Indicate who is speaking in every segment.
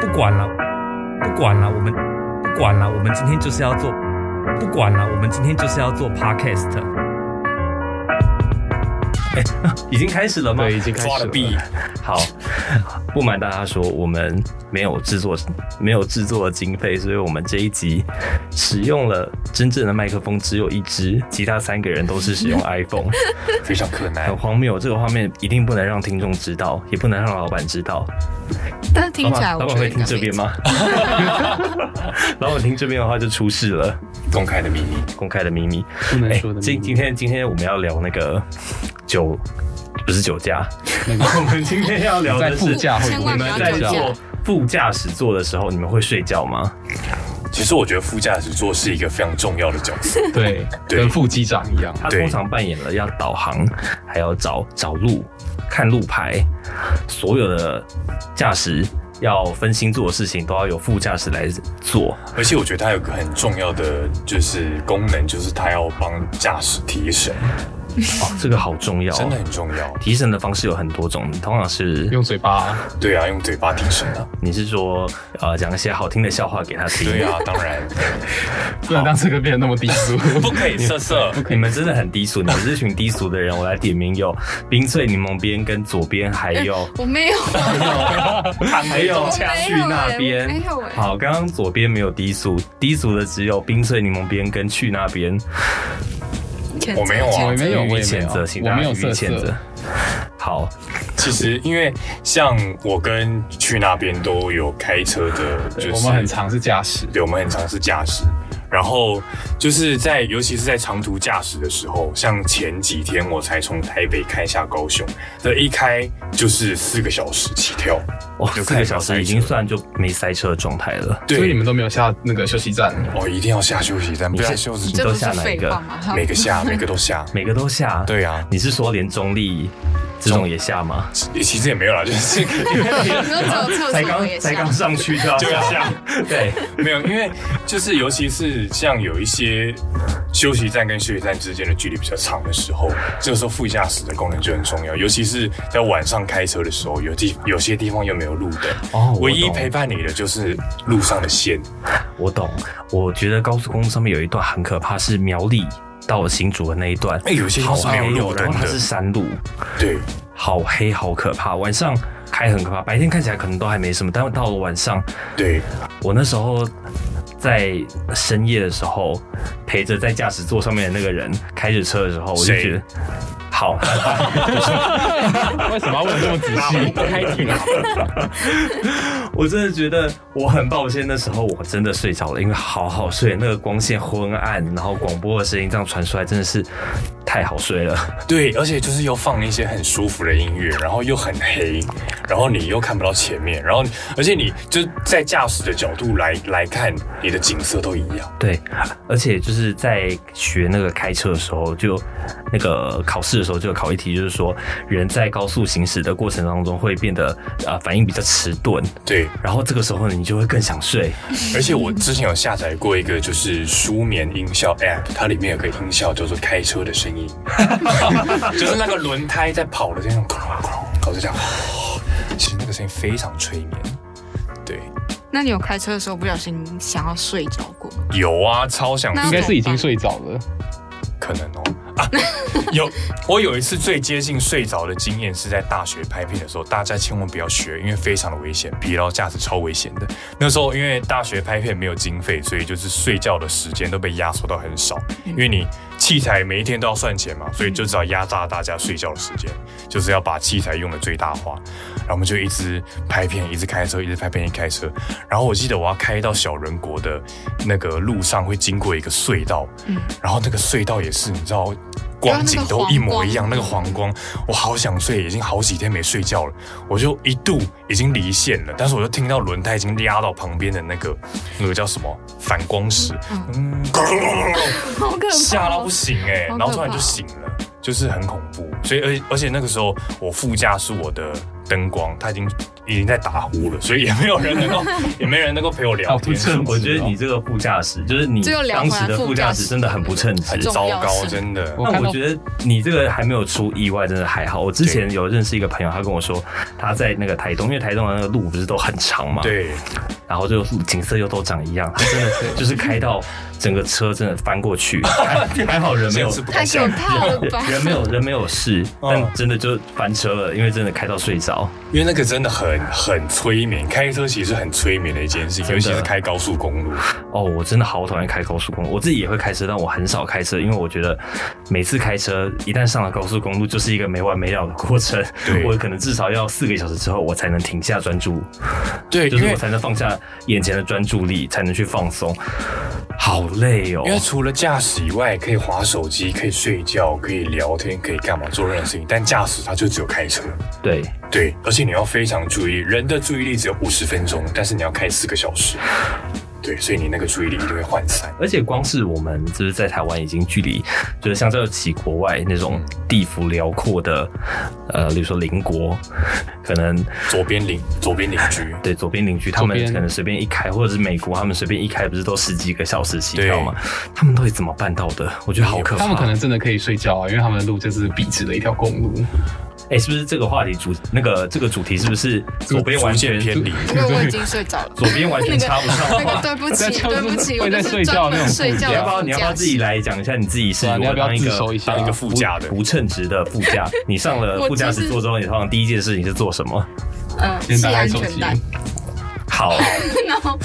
Speaker 1: 不管了，不管了，我们不管了，我们今天就是要做，不管了，我们今天就是要做 podcast。哎，已经开始了吗？
Speaker 2: 对已经开始了
Speaker 1: 抓了币。好，不瞒大家说，我们没有制作，没有制作的经费，所以我们这一集使用了真正的麦克风，只有一支，其他三个人都是使 用 iPhone。
Speaker 2: 非常可爱
Speaker 1: 很。荒谬，这个画面一定不能让听众知道，也不能让老板知道。
Speaker 3: 但是听起来
Speaker 1: 老
Speaker 3: 我觉
Speaker 1: 板
Speaker 3: 得
Speaker 1: 会
Speaker 3: 应
Speaker 1: 听
Speaker 3: 该
Speaker 1: 这
Speaker 3: 没
Speaker 1: 边吗？ 老板听这边的话就出事了，
Speaker 2: 公开的秘密，
Speaker 1: 公开的秘密。
Speaker 4: 不能
Speaker 1: 哎
Speaker 4: 说的秘密。
Speaker 1: 今今天今天我们要聊那个酒，不是酒驾，
Speaker 4: 那个
Speaker 1: 我们今天要聊的
Speaker 4: 在副
Speaker 1: 是
Speaker 4: 驾会
Speaker 3: 千
Speaker 4: 不
Speaker 1: 你
Speaker 3: 万不
Speaker 1: 们
Speaker 3: 要
Speaker 1: 在
Speaker 3: 酒驾
Speaker 1: 坐副驾驶座的时候，你们会睡觉吗？
Speaker 2: 其实我觉得副驾驶座是一个非常重要的角色。
Speaker 4: 会对，
Speaker 2: 对
Speaker 4: 跟副机长一样，
Speaker 1: 他
Speaker 2: 对
Speaker 1: 通常扮演了要导航，还要找找路、看路牌，所有的驾驶要分心做的事情都要由副驾驶来做。
Speaker 2: 而且我觉得它有个很重要的就是功能，就是它要帮驾驶提神，
Speaker 1: 哦，这个好重要、
Speaker 2: 真
Speaker 1: 哦
Speaker 2: 的。很重要。
Speaker 1: 提神的方式有很多种，通常是
Speaker 4: 用嘴巴
Speaker 2: 对啊，用嘴巴提神啊。
Speaker 1: 你是说呃讲一些好听的笑话给他听。
Speaker 2: 对啊，当 然
Speaker 4: 不能让这个变得那么低俗。
Speaker 2: 不可以色色。
Speaker 1: 你们真的很低俗，你们是群低俗的人。我来点名有冰萃柠檬边跟左边，还有
Speaker 3: 我没有，
Speaker 1: 还
Speaker 2: 哎
Speaker 1: 有
Speaker 3: 我没有
Speaker 1: 恰
Speaker 3: 欸
Speaker 1: 旭那边，
Speaker 3: 我没有欸
Speaker 1: 好，刚刚左边没有低俗，低俗的只有冰萃柠檬边跟去那边。
Speaker 3: 谴责
Speaker 2: 我没有啊
Speaker 3: 谴责
Speaker 4: 我没有，
Speaker 1: 予以
Speaker 4: 我也没
Speaker 1: 谴
Speaker 4: 有
Speaker 1: 责，请，
Speaker 4: 我
Speaker 1: 大
Speaker 4: 没
Speaker 1: 家
Speaker 4: 有
Speaker 1: 予以
Speaker 4: 色
Speaker 1: 谴责
Speaker 4: 色。。
Speaker 1: 好，
Speaker 2: 其实因为像我跟去那边都有开车的，就是
Speaker 4: 我们很常是驾驶，
Speaker 2: 对，我们很常是驾驶。然后就是在，尤其是在长途驾驶的时候，像前几天我才从台北开下高雄，这一开就是四个小时起跳。
Speaker 1: 哇，
Speaker 2: 就
Speaker 1: 四个
Speaker 2: 开始
Speaker 1: 小时已经算就没塞车的状态了。
Speaker 4: 所以你
Speaker 2: 对，
Speaker 4: 们都没有下那个休息站。
Speaker 2: 哦，一定要下休息站，不
Speaker 1: 下
Speaker 2: 然休息
Speaker 1: 你
Speaker 2: 站
Speaker 3: 这
Speaker 1: 都
Speaker 3: 不
Speaker 1: 下
Speaker 3: 是
Speaker 1: 哪一
Speaker 3: 废
Speaker 1: 个
Speaker 3: 话吗？他
Speaker 2: 每个下，每个 都下。
Speaker 1: 每个都下。
Speaker 2: 对啊
Speaker 1: 你是说连中立这种也下吗？
Speaker 2: 其其实也没有啦，就是
Speaker 3: 你说走 厕
Speaker 1: 才
Speaker 3: 所
Speaker 1: 刚
Speaker 3: 也
Speaker 1: 才
Speaker 3: 下
Speaker 1: 刚，上去 就要
Speaker 2: 就要
Speaker 1: 下
Speaker 2: 下，
Speaker 1: 对，
Speaker 2: 没有，因为就是尤其是像有一些休息站跟休息站之间的距离比较长的时候，这个时候副驾驶的功能就很重要，尤其是在晚上开车的时候，有地有些地方又没有路灯，
Speaker 1: 哦我
Speaker 2: 唯一
Speaker 1: 懂
Speaker 2: 陪伴你的就是路上的线。
Speaker 1: 我懂。我觉得高速公路上面有一段很可怕，是苗栗到新竹的那一段，
Speaker 2: 哎有些地
Speaker 1: 好
Speaker 2: 方是没有
Speaker 1: 黑
Speaker 2: 路
Speaker 1: 哦
Speaker 2: 灯
Speaker 1: 然后它
Speaker 2: 的
Speaker 1: 是山路，
Speaker 2: 对，
Speaker 1: 好黑，好可怕。晚上开很可怕，白天看起来可能都还没什么，但到了晚上，
Speaker 2: 对，
Speaker 1: 我那时候在深夜的时候，陪着在驾驶座上面的那个人开着车的时候，我就
Speaker 2: 谁
Speaker 1: 觉得好，
Speaker 4: 为什么要问这么仔 细？
Speaker 2: 开庭了。
Speaker 1: 我真的觉得我很抱歉，那时候我真的睡着了，因为好好睡，那个光线昏暗，然后广播的声音这样传出来，真的是太好睡了。
Speaker 2: 对，而且就是又放一些很舒服的音乐，然后又很黑，然后你又看不到前面，然后你而且你就在驾驶的角度来来看，你的景色都一样。
Speaker 1: 对，而且就是在学那个开车的时候，就那个考试的时候就有考一题，就是说人在高速行驶的过程当中会变得啊、呃反应比较迟钝，
Speaker 2: 对，
Speaker 1: 然后这个时候呢你就会更想睡。
Speaker 2: 而且我之前有下载过一个就是舒眠音效 App，它里面有个音效叫做开车的声音，就是那个轮胎在跑的这种，搞就这样，其实那个声音非常催眠。对，
Speaker 3: 那你有开车的时候不小心想要睡着过吗？
Speaker 2: 有啊，超想
Speaker 3: 那
Speaker 4: 应
Speaker 2: 睡
Speaker 4: 该是已经睡着了。
Speaker 2: 可能哦。啊， 有我有一次最接近睡着的经验是在大学拍片的时候，大家千万不要学，因为非常的危险，疲劳驾驶超危险的。那时候因为大学拍片没有经费，所以就是睡觉的时间都被压缩到很少，因为你器材每一天都要算钱嘛，所以就只好压榨大家睡觉的时间，就是要把器材用的最大化。然后我们就一直拍片，一直开车，一直拍片，一直开车。然后我记得我要开到小人国的那个路上，会经过一个隧道，然后那个隧道也是，你知道，光景都一模一样，那个黄光，我好想睡，已经好几天没睡觉了，我就一度已经离线了，但是我就听到轮胎已经压到旁边的那个那个叫什么反光石，嗯，
Speaker 3: 好 可怕哦！
Speaker 2: 吓到不行哎、
Speaker 3: 好
Speaker 2: 然
Speaker 3: 可怕
Speaker 2: 后突然就醒了，就是很恐怖。所以而而且那个时候我副驾是我的灯光，它已经已经在打呼了，所以也没有人能 够也没人能够陪我聊
Speaker 4: 好不
Speaker 2: 天，
Speaker 4: 称
Speaker 1: 我觉得你这个副驾驶，就是你
Speaker 3: 这又聊回
Speaker 1: 当时
Speaker 3: 来
Speaker 1: 的副驾驶真的很不称职
Speaker 2: 很。
Speaker 3: 重
Speaker 2: 糟
Speaker 3: 要
Speaker 2: 糕，
Speaker 3: 是
Speaker 2: 真的。
Speaker 4: 我
Speaker 1: 那
Speaker 4: 看
Speaker 1: 我
Speaker 4: 到
Speaker 1: 觉得你这个还没有出意外，真的还好。我之前有认识一个朋友，他跟我说他在那个台东，因为台东的那个路不是都很长嘛，，
Speaker 2: 对，
Speaker 1: 然后就景色又都长一样，他真的是 就是开到整个车真的翻过去，还 还好人没
Speaker 2: 这
Speaker 1: 有
Speaker 2: 样。是不
Speaker 3: 太
Speaker 2: 敢
Speaker 3: 可
Speaker 2: 想，
Speaker 3: 怕了 吧？
Speaker 1: 人没有人没有事，
Speaker 2: 嗯
Speaker 1: 但真的就翻车了，因为真的开到睡着。
Speaker 2: 因为那个真的很很催眠，开车其实很催眠的一件事情，
Speaker 1: 真的
Speaker 2: 尤其是开高速公路。
Speaker 1: 哦，我真的好讨厌开高速公路，我自己也会开车，但我很少开车，因为我觉得每次开车一旦上了高速公路，就是一个没完没了的过程
Speaker 2: 对。
Speaker 1: 我可能至少要四个小时之后，我才能停下专注，
Speaker 2: 对
Speaker 1: 就
Speaker 2: 因
Speaker 1: 是
Speaker 2: 为
Speaker 1: 我才能放下眼前的专注力，才能去放松。好累哦
Speaker 2: 因，为除了驾驶以外，可以划手机，可以睡觉，可以聊天，可以干嘛做任何事情，但驾驶它就只有开车。
Speaker 1: 对，
Speaker 2: 对，而且你要非常注意，人的注意力只有五十分钟，但是你要开四个小时。对，所以你那个注意力就会涣散。
Speaker 1: 而且光是我们就是在台湾已经距离，就是相较起国外那种
Speaker 2: 嗯
Speaker 1: 地幅辽阔的，呃，比如说邻国，可能
Speaker 2: 左边邻，左边邻居，
Speaker 1: 对，左边邻居他们
Speaker 4: 左边
Speaker 1: 可能随便一开，或者是美国他们随便一开，不是都十几个小时起跳吗？他们到底怎么办到的？我觉得好可怕。
Speaker 4: 他们可能真的可以睡觉啊，因为他们的路就是笔直的一条公路。
Speaker 1: 哎、是不是这个话题主那个这个主题是不是左边完全
Speaker 2: 逐渐偏离。
Speaker 3: 因为我已经睡着了。
Speaker 1: 左边完全插不上
Speaker 3: 那个
Speaker 1: 话？
Speaker 3: 对不起，
Speaker 4: 在车
Speaker 3: 对不起，我
Speaker 4: 会
Speaker 3: 就
Speaker 4: 在
Speaker 3: 是
Speaker 4: 睡觉
Speaker 3: 专
Speaker 4: 那
Speaker 3: 门
Speaker 4: 种
Speaker 3: 睡
Speaker 4: 副驾
Speaker 3: 觉
Speaker 1: 你 要
Speaker 3: 的
Speaker 1: 不要
Speaker 3: 副
Speaker 1: 你要不要
Speaker 3: 驾
Speaker 1: 自己
Speaker 3: 驶
Speaker 1: 来讲一下你自己是
Speaker 4: 对啊
Speaker 1: 如
Speaker 4: 你要
Speaker 1: 果
Speaker 4: 不要
Speaker 1: 当一
Speaker 4: 自首
Speaker 1: 个
Speaker 4: 一下
Speaker 1: 当一个
Speaker 2: 当副驾的
Speaker 1: 不称职的副驾？你上了
Speaker 3: 我
Speaker 1: 副驾
Speaker 3: 就是
Speaker 1: 驶座之后，你通常第一件事情是做什么？
Speaker 3: 嗯，
Speaker 4: 先
Speaker 3: 系
Speaker 4: 打开
Speaker 3: 安
Speaker 4: 手
Speaker 3: 全
Speaker 4: 机，
Speaker 3: 带，
Speaker 1: 好，
Speaker 3: 然后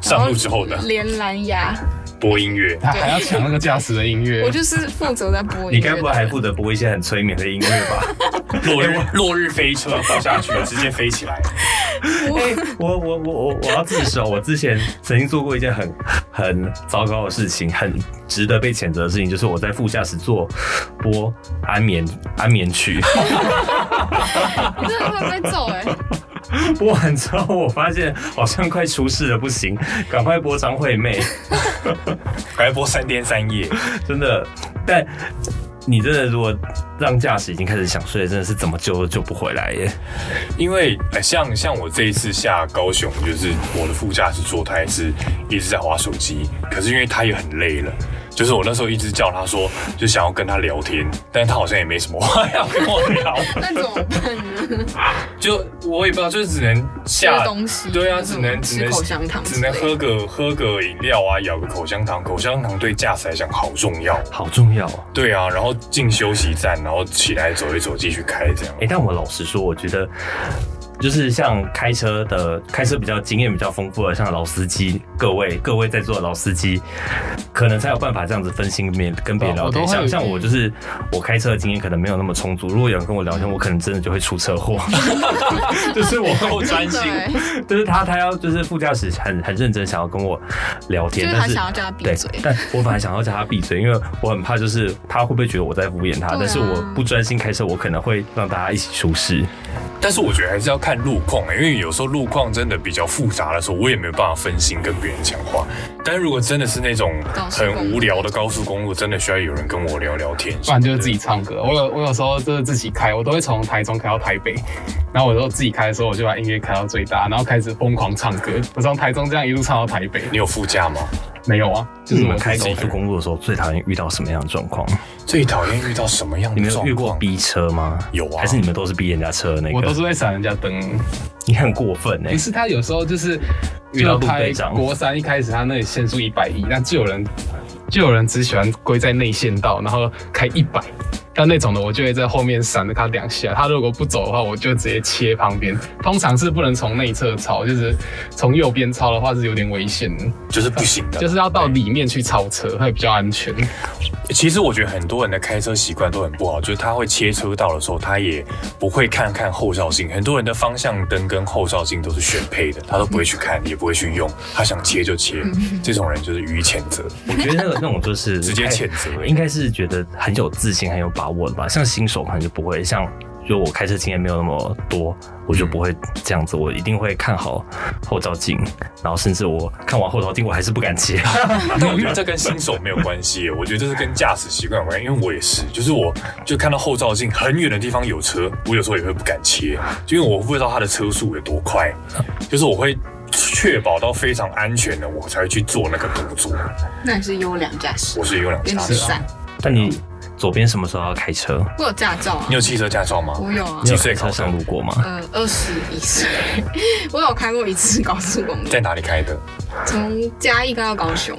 Speaker 2: 上路之后呢，
Speaker 3: 连蓝牙，
Speaker 2: 播音乐。
Speaker 4: 他还要抢那个驾驶的音乐
Speaker 3: 我。就是负责在播音乐。
Speaker 1: 你该不会还负责播一些很催眠的音乐吧？
Speaker 2: 落日落日 飞车放下去，直接飞起来。
Speaker 1: 哎、 我我我我我要自首，我之前曾经做过一件很很糟糕的事情，很值得被谴责的事情，就是我在副驾驶座播安眠安眠曲，
Speaker 3: 你真的会被揍哎！
Speaker 1: 播完之后我发现好像快出事了，不行，赶快播张惠妹，
Speaker 2: 还要播三天三夜，
Speaker 1: 真的，但。你真的如果让驾驶已经开始想睡了，真的是怎么救都救不回来耶！
Speaker 2: 因为呃像像我这一次下高雄，就是我的副驾驶座他也是一直在划手机，可是因为他也很累了，就是我那时候一直叫他说，就想要跟他聊天，但是他好像也没什么话要跟我聊，
Speaker 3: 那怎么办呢？
Speaker 2: 就我也不知道，就是只能
Speaker 3: 吃
Speaker 2: 下
Speaker 3: 东西，
Speaker 2: 对啊，
Speaker 3: 或者
Speaker 2: 只能只
Speaker 3: 吃
Speaker 2: 能
Speaker 3: 口香糖之
Speaker 2: 只
Speaker 3: 类
Speaker 2: 能
Speaker 3: 的，
Speaker 2: 喝个喝个饮料啊，咬个口香糖，口香糖对驾驶来讲好重要。
Speaker 1: 好重要哦。
Speaker 2: 对啊，然后进休息站，然后起来走一走，继续开这样
Speaker 1: 哎、。但我老实说，我觉得就是像开车的，开车比较经验比较丰富的，像老司机，各位各位在座的老司机，可能才有办法这样子分心跟别人跟别人聊
Speaker 4: 对
Speaker 1: 天。
Speaker 4: 哦我都会
Speaker 1: 像像我就是我开车的经验可能没有那么充足，如果有人跟我聊天，我可能真的就会出车祸。 就是我够专心，就
Speaker 3: 对，
Speaker 1: 是他他要就是副驾驶很很认真想要跟我聊
Speaker 3: 就
Speaker 1: 天，
Speaker 3: 是
Speaker 1: 但
Speaker 3: 他
Speaker 1: 是
Speaker 3: 想要叫他闭
Speaker 1: 对
Speaker 3: 嘴，，
Speaker 1: 但我反而想要叫他闭嘴，因为我很怕，就是他会不会觉得我在敷衍他？
Speaker 3: 对啊
Speaker 1: 但是我不专心开车，我可能会让大家一起出事。
Speaker 2: 但是我觉得还是要看路况、欸，因为有时候路况真的比较复杂的时候，我也没有办法分心跟别人讲话。但如果真的是那种
Speaker 3: 高速公路
Speaker 2: 很无聊的高速公路，真的需要有人跟我聊聊天。
Speaker 4: 不然就是自己唱歌。我有我有时候就是自己开，我都会从台中开到台北，然后我都自己开的时候，我就把音乐开到最大，然后开始疯狂唱歌。我从台中这样一路唱到台北，
Speaker 2: 你有副驾吗？
Speaker 4: 没有啊，就
Speaker 1: 就是是
Speaker 4: 我
Speaker 1: 我们开
Speaker 4: 自己
Speaker 1: 高速公路的时候，最讨厌遇到什么样的状况？
Speaker 2: 最讨厌遇到什么样
Speaker 1: 你
Speaker 2: 的
Speaker 1: 们有
Speaker 2: 状
Speaker 1: 遇过
Speaker 2: 况？
Speaker 1: 逼车吗？
Speaker 2: 有啊
Speaker 1: 还是你们都是逼人家车的那个？
Speaker 4: 我都是会闪人家灯。
Speaker 1: 你很过分哎、
Speaker 4: 可是他有时候就是
Speaker 1: 遇到
Speaker 4: 就
Speaker 1: 路
Speaker 4: 开
Speaker 1: 队长
Speaker 4: 国三一开始他那里限速一百一，但就有人就有人只喜欢归在内线道，然后开一百。但那种的，我就会在后面闪着他两下。他如果不走的话，我就直接切旁边。通常是不能从内侧超，就是从右边超的话是有点危险的。
Speaker 2: 就是不行的，
Speaker 4: 就是要到里面去超车会比较安全。
Speaker 2: 其实我觉得很多人的开车习惯都很不好，就是他会切车道的时候，他也不会看看后照镜。很多人的方向灯跟后照镜都是选配的，他都不会去看，也不会去用，他想切就切。这种人就是予以谴责，
Speaker 1: 我觉得那个那种就是
Speaker 2: 直接
Speaker 1: 开
Speaker 2: 谴责。
Speaker 1: 应该是觉得很有自信、很有把握的吧。像新手可能就不会，像就我开车经验没有那么多，我就不会这样子，我一定会看好后照镜，然后甚至我看完后照镜，我还是不敢切。
Speaker 2: 但我觉得这跟新手没有关系，我觉得这是跟驾驶习惯有关，因为我也是，就是我就看到后照镜很远的地方有车，我有时候也会不敢切，就因为我不知道它的车速有多快，就是我会确保到非常安全的，我才会去做那个动作。
Speaker 3: 那你是优良驾驶
Speaker 2: 我，是有两
Speaker 3: 跟
Speaker 2: 驾
Speaker 3: 你
Speaker 2: 驶，
Speaker 3: 散。
Speaker 1: 但你左边什么时候要开车？
Speaker 3: 我有驾照啊
Speaker 2: 你，有汽车驾照吗？
Speaker 3: 我有啊
Speaker 1: 你，有
Speaker 2: 几岁
Speaker 1: 开车
Speaker 2: 考
Speaker 1: 上
Speaker 2: 上
Speaker 1: 路过 吗？
Speaker 3: 呃，二十一岁， 我有开过一次高速公路，
Speaker 2: 在哪里开的？
Speaker 3: 从嘉义开到高雄。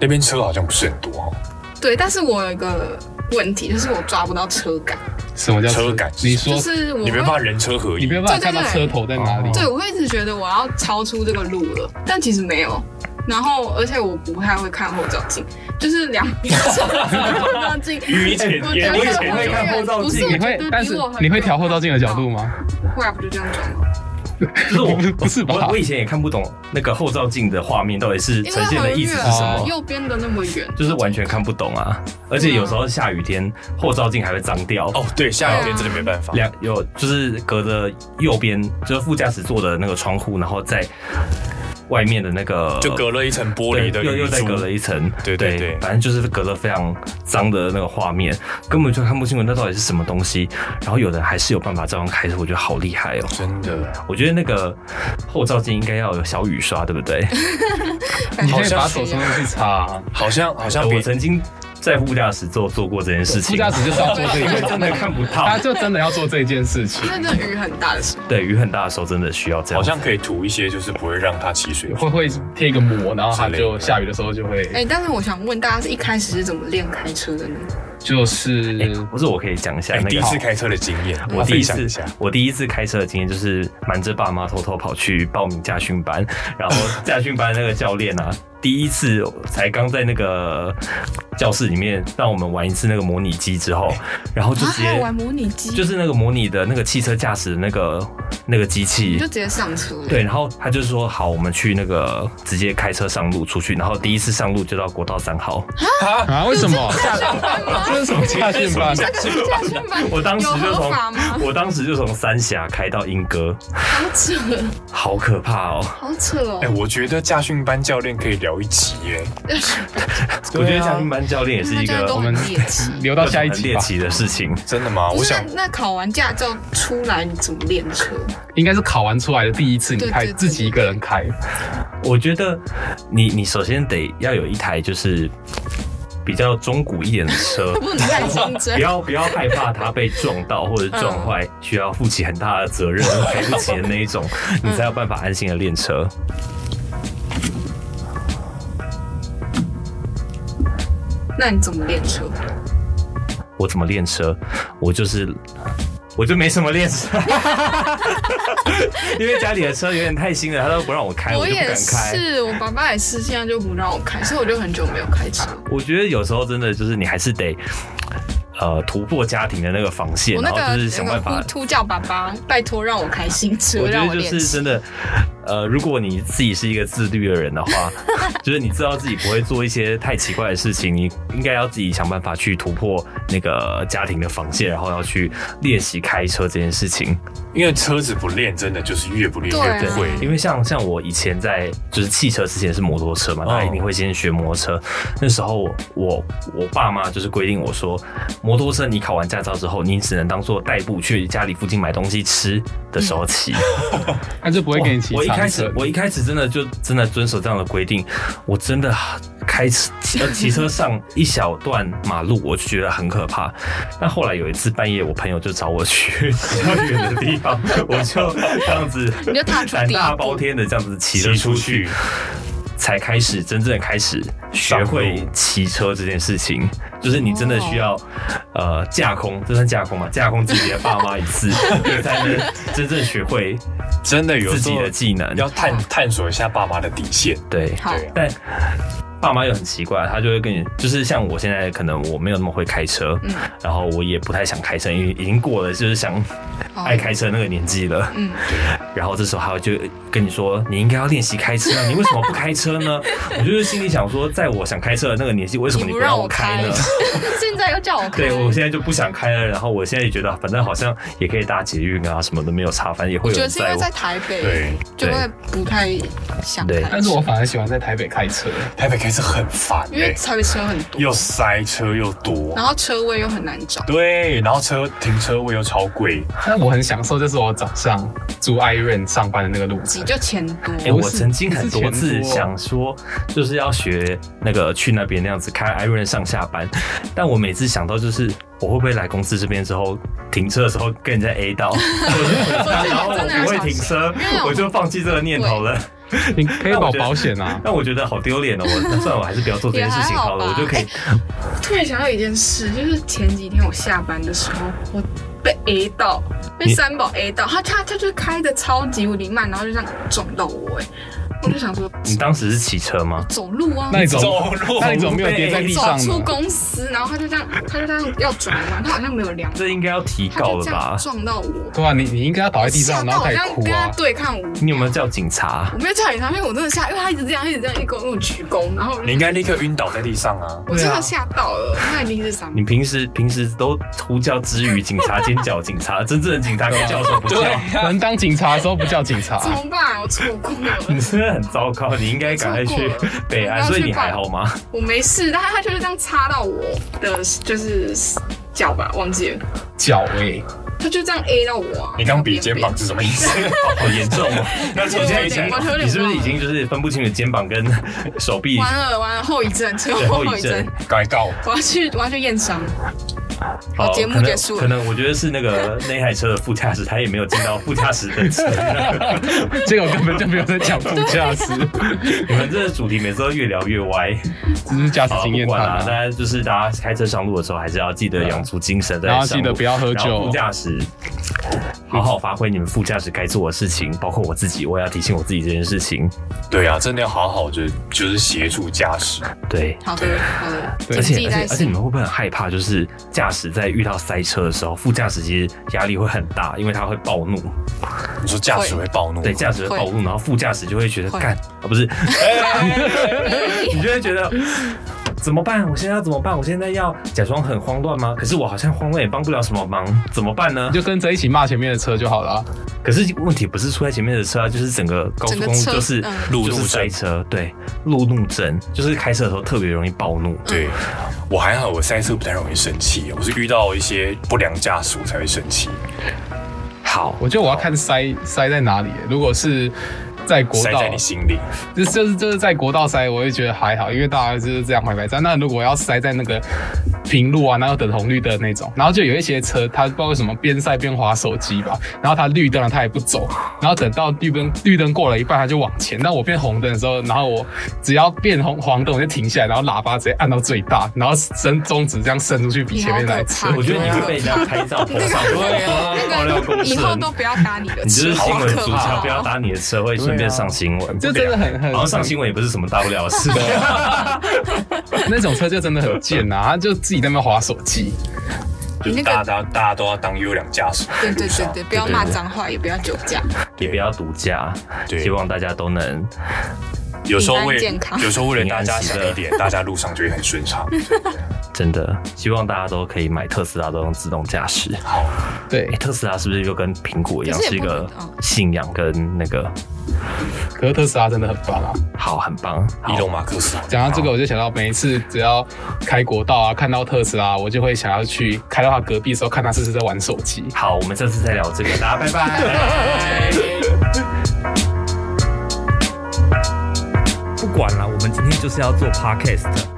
Speaker 2: 那边车好像不是很多哦。
Speaker 3: 对，但是我有一个问题，就是我抓不到车感，
Speaker 4: 什么叫
Speaker 2: 车感
Speaker 4: 你说
Speaker 3: 就是我
Speaker 2: 哦你没办法
Speaker 3: 会，
Speaker 2: 人车合
Speaker 4: 你
Speaker 2: 一
Speaker 4: 没，有办法看到
Speaker 3: 对对哦
Speaker 4: 车
Speaker 3: 对
Speaker 4: 头在哪里，
Speaker 3: 对我会一直觉得我要超出这个路了，但其实没有。然后，而且我不太会看后照镜，就是两边车后 照镜。
Speaker 2: 于前
Speaker 3: 我
Speaker 2: 也
Speaker 3: 觉
Speaker 2: 我以
Speaker 3: 得
Speaker 2: 前
Speaker 3: 我
Speaker 2: 也
Speaker 3: 永
Speaker 1: 看
Speaker 3: 远
Speaker 1: 后照
Speaker 3: 不是
Speaker 1: 镜
Speaker 3: 我
Speaker 4: 你
Speaker 3: 觉得
Speaker 4: 会
Speaker 3: 比我，
Speaker 4: 但是
Speaker 3: 很
Speaker 4: 你会调后照镜的角度？吗？
Speaker 3: 会啊，不就这样转吗？
Speaker 1: 就是我
Speaker 4: 不是吧
Speaker 1: 我我以前也看不懂那个后照镜的画面到底是
Speaker 3: 因
Speaker 1: 呈现
Speaker 3: 为
Speaker 1: 的
Speaker 3: 很
Speaker 1: 意思是什
Speaker 4: 哦
Speaker 1: 么
Speaker 3: 远，。右边的那么远，
Speaker 2: 哦
Speaker 1: 就是完全看不懂啊，而且有时候下雨天后照镜还会脏掉。
Speaker 2: 哦，对，下雨天真的没办法。
Speaker 1: 两有就是隔着右边，就是副驾驶座的那个窗户，然后在外面的那个
Speaker 2: 就隔了一层玻
Speaker 1: 对
Speaker 2: 璃的
Speaker 1: 又
Speaker 2: 雨
Speaker 1: 又再
Speaker 2: 珠
Speaker 1: 隔了一层，
Speaker 2: 对对对
Speaker 1: 反正就是隔着非常脏的那个画面，根本就看不清楚那到底是什么东西。然后有的人还是有办法照样开车，我觉得好厉害哦！
Speaker 2: 真的，
Speaker 1: 我觉得那个后照镜应该要有小雨刷，对不 对？
Speaker 4: 你可
Speaker 2: 好
Speaker 4: 以
Speaker 2: 像
Speaker 4: 把手伸进去擦啊，
Speaker 2: 好像好像
Speaker 1: 哎我
Speaker 2: 比
Speaker 1: 曾经在副驾驶座做过这件事
Speaker 4: 副
Speaker 1: 情，
Speaker 4: 驾驶就是要做这
Speaker 1: 因为
Speaker 4: 个，
Speaker 1: 真的看不到
Speaker 4: 他。就真的要做这件事情，
Speaker 3: 那阵雨很大的时候，
Speaker 1: 对，雨很大的时候真的需要这样。
Speaker 2: 好像可以涂一些，就是不会让它起水。
Speaker 4: 会会贴一个膜，然后他
Speaker 2: 之类
Speaker 4: 就
Speaker 2: 的
Speaker 4: 下雨的时候就会，
Speaker 3: 哎、但是我想问大家，是一开始是怎么练开车的呢？
Speaker 4: 就是
Speaker 1: 哎不是我可以讲一下
Speaker 2: 哎，
Speaker 1: 那
Speaker 2: 第一
Speaker 1: 个
Speaker 2: 次开车的经验，
Speaker 1: 我啊第一
Speaker 2: 分享
Speaker 1: 次
Speaker 2: 一下，
Speaker 1: 我第一次开车的经验就是瞒着爸妈偷偷跑去报名驾训班， 然后驾训班那个教练啊，第一次才刚在那个教室里面让我们玩一次那个模拟机之后，然后就
Speaker 3: 啊，
Speaker 1: 直
Speaker 3: 还有
Speaker 1: 接
Speaker 3: 玩模拟机，
Speaker 1: 就是那个模拟的那个汽车驾驶的那个那个机
Speaker 3: 你
Speaker 1: 器
Speaker 3: 就。直接上车了。
Speaker 1: 对，然后他就说好，我们去那个直接开车上路出去，然后第一次上路就到国道三号，
Speaker 4: 啊，为什么？
Speaker 3: 吗
Speaker 4: 这是什么驾训班？
Speaker 3: 驾训 班
Speaker 1: 我当时就
Speaker 3: 有合
Speaker 1: 从
Speaker 3: 法吗？
Speaker 1: 我当时就从三峡开到莺歌，
Speaker 3: 好扯，
Speaker 1: 好可怕哦！
Speaker 3: 好扯哦！
Speaker 2: 哎，我觉得驾训班教练可以聊一集耶。
Speaker 1: 我觉得驾训班教练也是一
Speaker 3: 他们教练
Speaker 1: 个
Speaker 3: 都
Speaker 4: 我们
Speaker 3: 很猎 奇
Speaker 4: 留到啊下一集
Speaker 1: 猎
Speaker 4: 吧，
Speaker 1: 奇的事情。
Speaker 2: 真的吗？
Speaker 3: 不
Speaker 2: 我
Speaker 3: 是
Speaker 2: 想
Speaker 3: 那那考完驾照出来你怎么练 车？
Speaker 4: 应该是考完出来的第一次，你开
Speaker 3: 对对对
Speaker 4: 自己一个人开，
Speaker 1: 我觉得你你首先得要有一台就是比较中古一点的车
Speaker 3: 。不能太天
Speaker 1: 不
Speaker 3: 真。
Speaker 1: 要不要害怕它被撞到或者撞坏，需要负起很大的责任，赔不起的那一种，
Speaker 3: 嗯
Speaker 1: 你才有办法安心的练车。
Speaker 3: 那你怎么练车？
Speaker 1: 我怎么练车？我就是我就没什么练车， 因为家里的车有点太新了，他都不让我哎开，我就不
Speaker 3: 也
Speaker 1: 敢开。
Speaker 3: 是，我爸爸也是，现在就不让我开，所以我就很久没有开车。
Speaker 1: 我觉得有时候真的就是你还是得，呃，突破家庭的那个防线，
Speaker 3: 我那
Speaker 1: 然后
Speaker 3: 个
Speaker 1: 就是想
Speaker 3: 那
Speaker 1: 办
Speaker 3: 个
Speaker 1: 法
Speaker 3: 呼。突叫爸爸，拜托让我开新车，
Speaker 1: 我觉
Speaker 3: 让
Speaker 1: 得就
Speaker 3: 练
Speaker 1: 是
Speaker 3: 车。
Speaker 1: 真的，呃，如果你自己是一个自律的人的 话，就是你知道自己不会做一些太奇怪的事情，你应该要自己想办法去突破那个家庭的防线，然后要去练习开车这件事情。
Speaker 2: 因为车子不练，真的就是越不练
Speaker 3: 对啊
Speaker 2: 越不会。
Speaker 1: 因为像像我以前在就是汽车之前是摩托车嘛，
Speaker 2: 哦
Speaker 1: 大家一定会先学摩托车。那时候我我爸妈就是规定我说，摩托车你考完驾照之后，你只能当做代步去家里附近买东西吃的时候骑。
Speaker 4: 他就不会给你骑
Speaker 1: 我一
Speaker 4: 长
Speaker 1: 开
Speaker 4: 车
Speaker 1: 始。我一开始真的就真的遵守这样的规定，我真的开车骑呃骑车上一小段马路，我就觉得很可怕。但后来有一次半夜，我朋友就找我去比较远的地方，我就这样子
Speaker 3: 你就踏出
Speaker 1: 胆
Speaker 3: 第一
Speaker 1: 大
Speaker 3: 步
Speaker 1: 包天的这样子骑
Speaker 2: 骑
Speaker 1: 了出
Speaker 2: 出
Speaker 1: 去
Speaker 2: 去，，
Speaker 1: 才开始真正开始学会骑车这件事情，就是你真的需要，呃，架空，这算架空嘛？架空自己的爸妈一次， 你才能真正学会
Speaker 2: 真的有
Speaker 1: 自
Speaker 2: 时
Speaker 1: 己
Speaker 2: 候
Speaker 1: 的技能。
Speaker 2: 要探探索一下爸妈的底线。
Speaker 1: 对，
Speaker 3: 好，
Speaker 2: 对啊
Speaker 1: 但爸妈又很奇怪，他就会跟你，就是像我现在可能我没有那么会开车，
Speaker 3: 嗯
Speaker 1: 然后我也不太想开车，因为已经过了就是想爱开车那个年纪了，
Speaker 3: 哦嗯，
Speaker 1: 然后这时候他就跟你说，你应该要练习开车啊，你为什么不开车呢？ 我就是心里想说，在我想开车的那个年纪，为什么
Speaker 5: 你
Speaker 1: 你
Speaker 5: 不
Speaker 1: 不
Speaker 5: 让
Speaker 1: 让
Speaker 5: 我
Speaker 1: 我
Speaker 5: 开
Speaker 1: 开
Speaker 3: 哦
Speaker 1: 呢？
Speaker 5: 现在又叫我开
Speaker 1: 对，我现在就不想开了，然后我现在也觉得，反正好像也可以搭捷运啊什么的，没有差，反正也会
Speaker 3: 我
Speaker 1: 有
Speaker 3: 觉
Speaker 1: 人
Speaker 3: 得是因
Speaker 1: 载
Speaker 3: 为
Speaker 1: 我
Speaker 3: 在。台北，
Speaker 2: 对，
Speaker 3: 就会不太想
Speaker 1: 对
Speaker 3: 开
Speaker 4: 但是我反而喜欢在台北开车，
Speaker 2: 台北开车很烦、
Speaker 3: 因
Speaker 2: 欸，
Speaker 3: 为台北车很多，
Speaker 2: 又塞车又多
Speaker 3: 然，后车位又很难找。
Speaker 2: 对，然后车停车位又超贵，
Speaker 4: 但我很享受，就是我早上住 Iron 上班的那个路
Speaker 3: 你
Speaker 4: 程。
Speaker 3: 就钱多，
Speaker 1: 哎、我曾经很多
Speaker 4: 不是
Speaker 1: 次
Speaker 4: 钱多
Speaker 1: 想说，就是要学那个去那边那样子开 Iron 上下班，但我每次想到就是我会不会来公司这边之后停车的时候跟人家 A 到，然后我不会停车
Speaker 3: 因为，我
Speaker 1: 我就放弃这个念头了。
Speaker 4: 你可以保保险啊，
Speaker 1: 但我觉得好丢脸哦，我那算了，我还是不要做这件事情好了，
Speaker 5: 也还好吧
Speaker 1: 我就可以。
Speaker 3: 突然想到一件事，就是前几天我下班的时候，我被 A 到，被
Speaker 1: 你
Speaker 3: 三宝 A 到，他他他就开的超级无敌慢，然后就这样撞到我、哎，我就想说
Speaker 1: 你当时是骑车吗？
Speaker 3: 走路啊，
Speaker 4: 那你走
Speaker 2: 走路
Speaker 4: 那你怎么没有跌在地
Speaker 3: 走
Speaker 4: 上
Speaker 3: 出
Speaker 4: 呢？
Speaker 3: 公司，然后他就这样，他就这样要转弯，他好像没有量，
Speaker 1: 这应该要提
Speaker 3: 他
Speaker 1: 告
Speaker 3: 就
Speaker 1: 了
Speaker 3: 这样
Speaker 1: 吧？
Speaker 3: 撞到我，
Speaker 4: 对啊，你你应该要倒在地
Speaker 3: 吓
Speaker 4: 上，然
Speaker 3: 到
Speaker 4: 后
Speaker 3: 我
Speaker 4: 开
Speaker 3: 这
Speaker 4: 始
Speaker 3: 样
Speaker 4: 哭
Speaker 3: 跟他
Speaker 4: 啊。
Speaker 3: 对看我，
Speaker 1: 你有没有叫警察
Speaker 3: 我？没有叫你他，因为我真的吓，因为他一直这样，一直这样一勾跟我鞠躬，然后我就
Speaker 2: 你应该立刻晕倒在地上啊！
Speaker 3: 我真的吓到了，那一定是三宝
Speaker 1: 你。平时平时都呼叫之余，警察尖叫，警察真正的警察该叫什么不叫？
Speaker 4: 能当警察的时候不叫警察
Speaker 3: 怎，么办？我错过了，
Speaker 1: 你真的很糟糕，你应该赶快去北
Speaker 3: 我
Speaker 1: 安，
Speaker 3: 要去
Speaker 1: 所以你还好吗？
Speaker 3: 我没事，但是他就是这样插到我的就是脚吧，忘记了，
Speaker 4: 脚位。
Speaker 3: 他就这样 A 到我、啊。
Speaker 2: 你刚比肩膀是什么意 思？
Speaker 1: 好严重哦！
Speaker 2: 那
Speaker 3: 我
Speaker 2: 从
Speaker 3: 有
Speaker 2: 现在
Speaker 3: 点
Speaker 2: 起来
Speaker 3: 我有点忘了
Speaker 1: 你是不是已经就是分不清你的肩膀跟手臂？
Speaker 3: 完了完了，后遗症，车祸后遗
Speaker 1: 对后遗
Speaker 3: 症
Speaker 1: 症，
Speaker 2: 改告，
Speaker 3: 我要去我要去验伤。
Speaker 1: 好，
Speaker 3: 节目
Speaker 1: 可能
Speaker 3: 结束了
Speaker 1: 可能我觉得是那个那台车的副驾驶，他也没有进到副驾驶的车。
Speaker 4: 这个根本就没有在讲副驾驶，
Speaker 1: 你们这个主题每次都越聊越歪。
Speaker 4: 只是驾驶
Speaker 1: 好，
Speaker 4: 经验
Speaker 1: 不
Speaker 4: 谈
Speaker 1: 管啦，大
Speaker 4: 啊。
Speaker 1: 家就是大家开车上路的时候，还是要记得养足精神在
Speaker 4: 然后
Speaker 1: 上路，
Speaker 4: 啊记得不要喝酒
Speaker 1: 然后副驾驶好好发挥你们副驾驶该做的事情，包括我自己，我也要提醒我自己这件事情。
Speaker 2: 对啊，真的要好好就是就是协助驾驶，
Speaker 1: 对，
Speaker 3: 好的好的，
Speaker 1: 而
Speaker 3: 谨
Speaker 1: 且
Speaker 3: 记
Speaker 1: 而且
Speaker 3: 在
Speaker 1: 而且你
Speaker 3: 心。
Speaker 1: 们会不会很害怕？就是驾驶在遇到塞车的时候，副驾驶其实压力会很大，因为他会暴怒，
Speaker 2: 你说驾驶
Speaker 3: 会
Speaker 2: 会暴怒，
Speaker 1: 对，驾驶会暴怒，然后副驾驶就会觉得
Speaker 3: 会
Speaker 1: 干啊，不是，你就会觉得。怎么办？我现在要怎么办？我现在要假装很慌乱吗？可是我好像慌乱也帮不了什么忙，怎么办呢
Speaker 4: 你？就跟着一起骂前面的车就好了啊。
Speaker 1: 可是问题不是出在前面的车啊，就是整个高速公路
Speaker 3: 整个车
Speaker 1: 就是
Speaker 3: 嗯
Speaker 2: 路
Speaker 1: 就是
Speaker 2: 怒
Speaker 1: 塞
Speaker 2: 症
Speaker 1: 车，对，路怒症就是开车的时候特别容易暴怒。
Speaker 2: 对，我还好，我塞车不太容易生气，我是遇到一些不良驾驶我才会生气。
Speaker 1: 好，
Speaker 4: 我觉得我要看塞塞在哪里。欸如果是在国
Speaker 2: 塞
Speaker 4: 道
Speaker 2: 在，你心里，
Speaker 4: 就就是就是在国道塞，我会觉得还好，因为大家就是这样排排站。那如果要塞在那个平路啊，然后等红绿灯那种，然后就有一些车，它不知道为什么边塞边划手机吧，然后它绿灯了它也不走，然后等到绿灯绿灯过了一半，它就往前。那我变红灯的时候，然后我只要变红黄灯，我就停下来，然后喇叭直接按到最大，然后伸中指这样伸出去比前面那台
Speaker 3: 你好
Speaker 4: 车
Speaker 3: 可怕。
Speaker 1: 我觉得你会被人家拍照头上，对爆料
Speaker 3: 那
Speaker 1: 公
Speaker 3: 个以
Speaker 1: 社
Speaker 3: 后都不要打你的车，
Speaker 1: 你就是新
Speaker 3: 好
Speaker 1: 闻
Speaker 3: 可
Speaker 1: 主
Speaker 3: 怕
Speaker 1: 角，
Speaker 3: 哦
Speaker 1: 不要打你的车，会顺便上新闻。
Speaker 4: 这真的很很
Speaker 1: 然后上新闻也不是什么大不了的事。
Speaker 4: 那种车就真的很贱啊，他就自己在那边划手机。
Speaker 2: 就
Speaker 3: 你
Speaker 2: 是
Speaker 3: 那个
Speaker 2: 大家大家都要当优良驾驶。
Speaker 3: 对对对对，不要骂脏话，也不要酒驾。
Speaker 1: 也不要独驾，
Speaker 2: 对
Speaker 1: 希望大家都能
Speaker 2: 有时候为
Speaker 3: 平安健康
Speaker 2: 有时候为了大家想一点，大家路上就会很顺畅。
Speaker 1: 真的，希望大家都可以买特斯拉都用自动驾驶。
Speaker 4: 对
Speaker 1: 哎，，特斯拉是不是就跟苹果一样，
Speaker 3: 可是
Speaker 1: 是
Speaker 3: 也
Speaker 1: 一
Speaker 3: 不
Speaker 1: 个
Speaker 3: 嗯
Speaker 1: 信仰跟那个
Speaker 4: 可是特斯拉真的很棒啊。
Speaker 1: 好，很棒。好
Speaker 2: 伊隆马克思，
Speaker 4: 讲到这个，我就想到每一次只要开国道啊，看到特斯拉，我就会想要去开到他隔壁的时候，看他是不是在玩手机。
Speaker 1: 好，我们下次再聊这个，大家拜拜。不管了，我们今天就是要做 podcast。